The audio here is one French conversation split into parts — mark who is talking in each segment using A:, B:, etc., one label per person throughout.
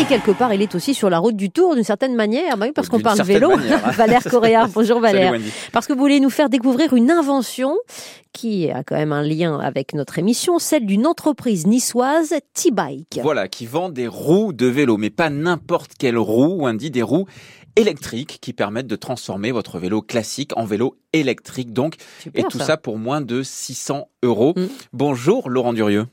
A: Et quelque part, il est aussi sur la route du Tour d'une certaine manière, bah oui, parce
B: Oh, D'une
A: qu'on parle
B: certaine
A: vélo.
B: manière, hein.
A: Valère Correa, bonjour Valère.
B: Salut Wendy.
A: Parce que vous voulez nous faire découvrir une invention qui a quand même un lien avec notre émission, celle d'une entreprise niçoise, T-Bike.
B: Voilà, qui vend des roues de vélo, mais pas n'importe quelle roue, Wendy, des roues électriques qui permettent de transformer votre vélo classique en vélo électrique donc et
A: Super,
B: tout ça. pour moins de 600 euros.
A: Mm.
B: Bonjour Laurent Durieux.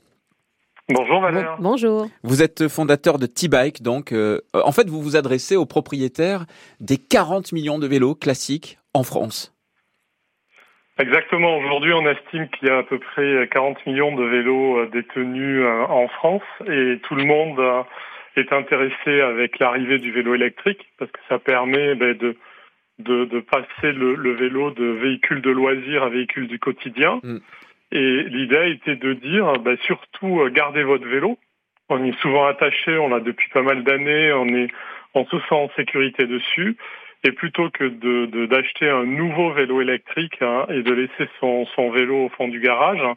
C: Bonjour
A: Bon-
C: Valère.
A: bonjour.
B: Vous êtes fondateur de T-Bike donc euh, en fait vous vous adressez aux propriétaires des 40 millions de vélos classiques en France.
C: Exactement, aujourd'hui on estime qu'il y a à peu près 40 millions de vélos euh, détenus euh, en France et tout le monde euh, est intéressé avec l'arrivée du vélo électrique parce que ça permet ben, de, de, de passer le, le vélo de véhicule de loisir à véhicule du quotidien.
B: Mm.
C: Et l'idée était de dire ben, surtout euh, gardez votre vélo. On est souvent attaché, on l'a depuis pas mal d'années, on, est, on se sent en sécurité dessus. Et plutôt que de de- d'acheter un nouveau vélo électrique hein, et de laisser son, son vélo au fond du garage, hein,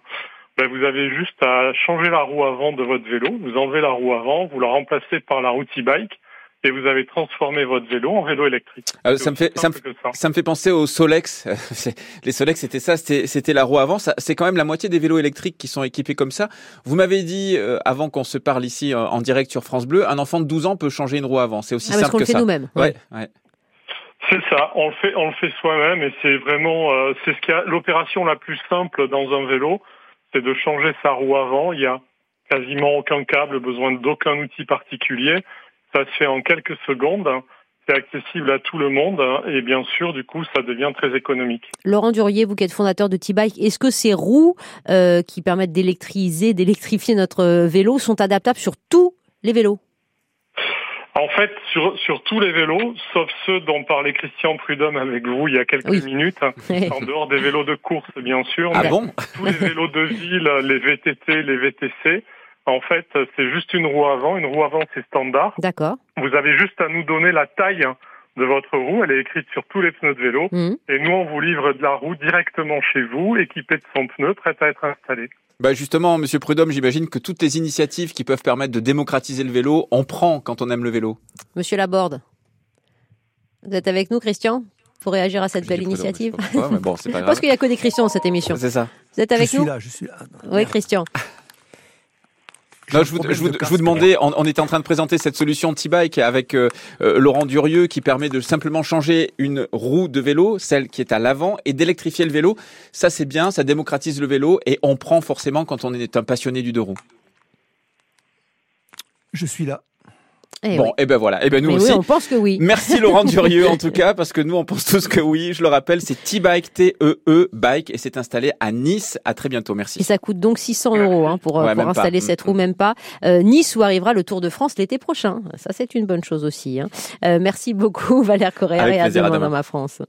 C: ben, vous avez juste à changer la roue avant de votre vélo, vous enlevez la roue avant, vous la remplacez par la roue e-bike et vous avez transformé votre vélo en vélo électrique.
B: Euh,
C: C'est
B: ça me
C: aussi
B: fait ça me
C: simple que ça.
B: Ça me fait penser aux Solex. C'est- Les Solex, c'était ça, c'était c'était la roue avant. Ça- C'est quand même la moitié des vélos électriques qui sont équipés comme ça. Vous m'avez dit, euh, avant qu'on se parle ici euh, en direct sur France Bleu, un enfant de 12 ans peut changer une roue avant. C'est aussi
A: Ah, parce
B: simple
A: qu'on
B: que
A: le fait
B: ça.
A: nous-mêmes.
B: Ouais, ouais.
C: C'est ça, on le fait, on le fait soi-même et c'est vraiment euh, c'est ce qu'il y a- l'opération la plus simple dans un vélo, c'est de changer sa roue avant. Il y a quasiment aucun câble, besoin d'aucun outil particulier. Ça se fait en quelques secondes. hein. C'est accessible à tout le monde hein, et bien sûr, du coup, ça devient très économique.
A: Laurent Durier, vous qui êtes fondateur de T-Bike, est-ce que ces roues euh, qui permettent d'électriser, d'électrifier notre euh, vélo sont adaptables sur tous les vélos
C: En fait, sur, sur tous les vélos, sauf ceux dont parlait Christian Prudhomme avec vous il y a quelques
A: Oui.
C: minutes, hein, en dehors des vélos de course, bien sûr,
B: Ah
C: mais
B: bon
C: tous les vélos de ville, les VTT, les VTC. En fait, c'est juste une roue avant. Une roue avant, c'est standard.
A: D'accord.
C: Vous avez juste à nous donner la taille de votre roue. Elle est écrite sur tous les pneus de vélo.
A: Mhm.
C: Et nous, on vous livre de la roue directement chez vous, équipée de son pneu, prête à être installée.
B: Bah justement, Monsieur Prudhomme, j'imagine que toutes les initiatives qui peuvent permettre de démocratiser le vélo, on prend quand on aime le vélo.
A: Monsieur Laborde, vous êtes avec nous, Christian, pour réagir à cette
B: Je
A: belle
B: dis Prudhomme,
A: initiative
B: je sais pas pourquoi, mais bon, c'est pas
A: Je pense
B: grave.
A: qu'il n'y a que des Christians dans cette émission.
B: C'est ça.
A: Vous êtes avec
D: je
A: nous
D: suis là, je suis là. Ah, non,
A: Oui,
D: merde.
A: Christian.
D: J'ai
B: Non,
D: un
B: je vous,
D: problème
B: je vous-
D: de
B: je vous
D: casque.
B: demandais, on, on était en train de présenter cette solution T-Bike avec euh, euh, Laurent Durieux qui permet de simplement changer une roue de vélo, celle qui est à l'avant, et d'électrifier le vélo. Ça, c'est bien, ça démocratise le vélo et on prend forcément quand on est un passionné du deux roues.
D: Je suis là.
A: Eh
B: bon,
A: oui.
B: et ben voilà, et ben nous
A: Mais
B: aussi.
A: oui, on pense que oui.
B: Merci Laurent Durieux en tout cas parce que nous on pense tous que oui, je le rappelle, c'est T-Bike T E E bike et c'est installé à Nice. À très bientôt, merci.
A: Et ça coûte donc 600 euros hein, pour, euh,
B: Ouais,
A: pour
B: même pas.
A: installer cette roue, même pas. Euh, nice où arrivera le Tour de France l'été prochain. Ça, c'est une bonne chose aussi. hein. Euh, merci beaucoup, Valère Correa,
B: Avec
A: et à
B: plaisir, à
A: demain
B: demain.
A: dans ma France.